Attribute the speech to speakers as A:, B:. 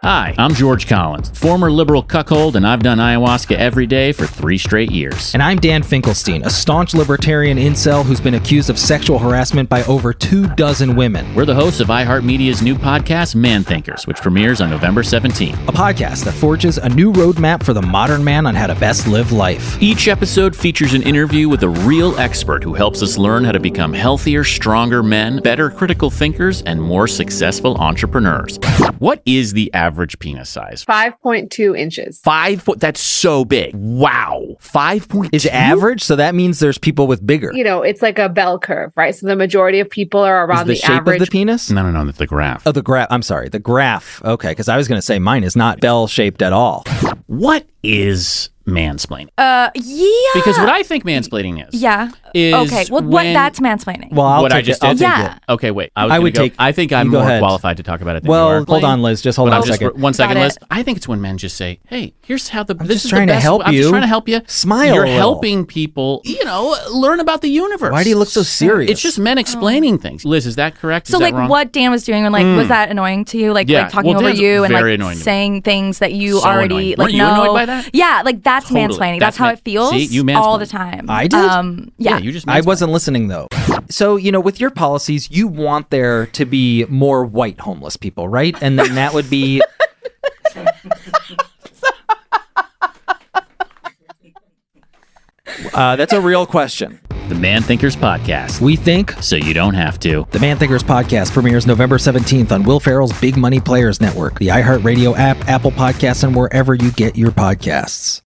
A: Hi, I'm George Collins, former liberal cuckold, and I've done ayahuasca every day for three straight years.
B: And I'm Dan Finkelstein, a staunch libertarian incel who's been accused of sexual harassment by over two dozen women.
A: We're the hosts of iHeartMedia's new podcast, Man Thinkers, which premieres on November 17th.
B: A podcast that forges a new roadmap for the modern man on how to best live life.
A: Each episode features an interview with a real expert who helps us learn how to become healthier, stronger men, better critical thinkers, and more successful entrepreneurs. What is the average penis size?
C: 5.2 inches.
A: Five foot. That's so big. Wow. Five point
B: Is average, so that means there's people with bigger.
C: You know, it's like a bell curve, right? So the majority of people are
B: Is
C: around
B: the,
C: the,
B: shape
C: average.
B: of the penis?
A: No, no, no. That's the graph.
B: Oh, the graph. I'm sorry, the graph. Okay, because I was going to say mine is not bell shaped at all.
A: What is mansplaining?
D: Uh, yeah.
A: Because what I think mansplaining is.
D: yeah.
A: Is
D: okay. Well, what
A: when-
D: that's mansplaining.
B: Well, I'll
A: What I
B: take
A: just
B: it. I'll
A: did?
B: take
D: Yeah.
B: it.
A: Okay, wait. I, was
B: I
A: gonna
B: would
A: go-
B: take-
A: I think I'm
B: you go
A: more
B: ahead.
A: qualified to talk about it. Than
B: Well,
A: you are.
B: hold on, Liz. Just hold
A: But I'm
B: on a
A: just-
B: second.
A: One second,
D: Got it.
A: Liz. I think it's when men just say, "Hey, here's how the
B: I'm
A: this
B: just
A: is
B: trying
A: the
B: to
A: best-
B: help
A: I'm
B: you.
A: just trying to help you.
B: Smile a
A: You're
B: little.
A: helping people. You know, learn about the universe.
B: Why do you look so serious?
A: It's just men explaining things. Liz, is that correct?
D: Oh. so
A: is that
D: like
A: wrong? Hmm.
D: what Dan was doing and like was that annoying to you like
A: Yeah.
D: like talking
A: Well,
D: over
A: Dan's
D: you and
A: very
D: like
A: annoying to me.
D: saying things that you
A: So
D: already
A: annoying.
D: like
A: Weren't you
D: no
A: annoyed by that?
D: yeah like that's
A: Totally.
D: mansplaining
A: That's
D: that's, how
A: man-
D: it feels
A: See, you
D: all the
A: mansplained.
D: time
B: I did?
D: um yeah,
A: you just.
B: I
A: mansplained.
B: wasn't listening though. So, you know, with your policies, you want there to be more white homeless people, right? And then that would be Uh, that's a real question.
A: the Man Thinkers podcast.
B: We think
A: so you don't have to.
B: the Man Thinkers podcast premieres November 17th on Will Ferrell's Big Money Players Network, the iHeartRadio app, Apple Podcasts, and wherever you get your podcasts.